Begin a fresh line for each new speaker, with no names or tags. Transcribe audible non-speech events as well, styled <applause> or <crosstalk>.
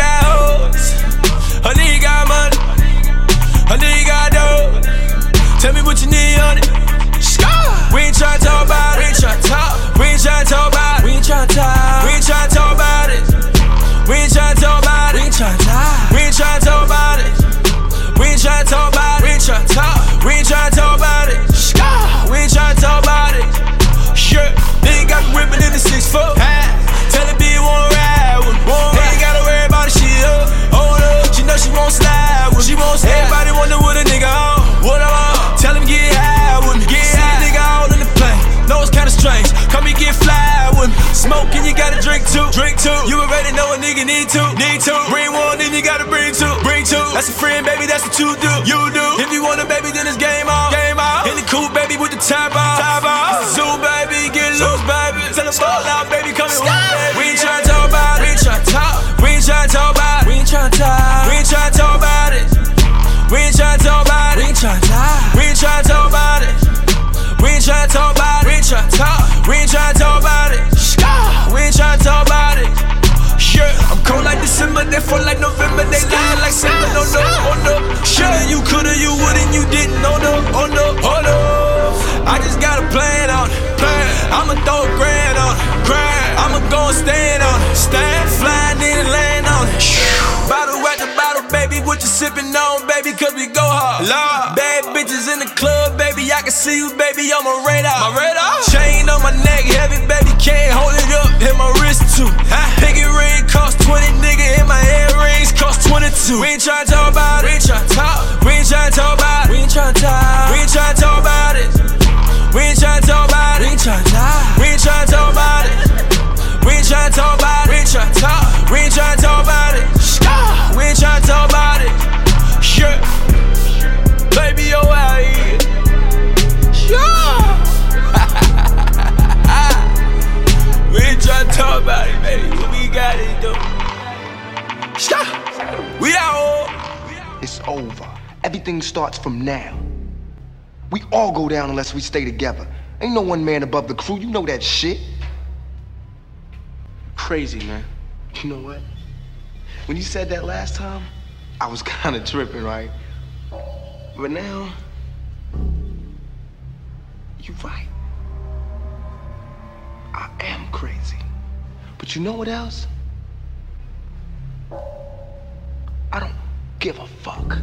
got hoes. I nigga got money. I nigga got dough. Tell me what you need on it. We ain't tryna talk about it. We ain't tryna talk. We ain't tryna talk about it. We ain't tryna talk. We ain't tryna talk about it. We ain't tryna talk about it. We ain't tryna talk. We ain't tryna talk about it. We ain't tryna talk about it. We ain't tryna talk. We ain't tryna talk about it. We ain't tryna talk about it. Shit, nigga got me ripping in the six foot. Tell the bitch won't ride with me. Ain't gotta worry about it. She up, hold up. She know she won't slide with me. She won't slide. Everybody wonder what a nigga on, what I'm on. Tell him get high with me. Get high. nigga all in the plane. Know it's kinda strange. Come and get fly with me. Smoking, you gotta drink two. Drink two. You already know a nigga need two. Need two. Bring one, then you gotta bring two. Bring two. That's a friend, baby. That's what you do. You do. If you want a baby, then it's game on. Game on. In the coupe, baby, with the top off. Top off. Zoo, baby, get loose, baby. Tell them fall out, baby, come and win. We ain't tryna talk about it. We ain't tryna talk. We ain't tryna talk about it. We ain't tryna talk. We ain't tryna talk about it. We ain't tryna talk about it. We ain't tryna talk. We ain't tryna talk about it. We ain't tryna talk about it. We ain't tryna talk. We ain't tryna talk about it. We ain't tryna talk about it. Yeah, I'm cold like December, they fall like November, they lying like Simba. No, no, oh no. Sure, you coulda, you wouldn't, you didn't. Oh no, oh no, oh no. I just got a plan on it. Plan. I'ma throw a grand on it. Grand. I'ma go and stand on it. Stand, flying in and land on it. Bottle at the bottle, baby, what you sippin' on, baby? Cause we go hard. Love. Bad bitches in the club, baby, I can see you, baby, on my radar. My radar? Chain on my neck, heavy, baby, can't hold it up. Hit my wrist too. Piggy ring cost 20, nigga, and my earrings cost 22. We ain't tryna talk about it. We ain't tryna talk. We ain't tryna talk about it. We ain't tryna talk. We ain't tryna talk about it. We ain't tryna talk about it. We ain't tryna talk. We ain't tryna talk about it. We ain't tryna talk about it. We ain't tryna talk. We ain't tryna talk about it. We ain't tryna talk about it. Shit. Baby, yo, out here. Yeah. we ain't tryna talk about it, baby. What we got it, though. Shit. We out.
It's over. Everything starts from now. We all go down unless we stay together. Ain't no one man above the crew. You know that shit.
Crazy, man.
You know what? When you said that last time, I was <laughs> kind of tripping, right? But now, you're right. I am crazy. But you know what else? I don't give a fuck.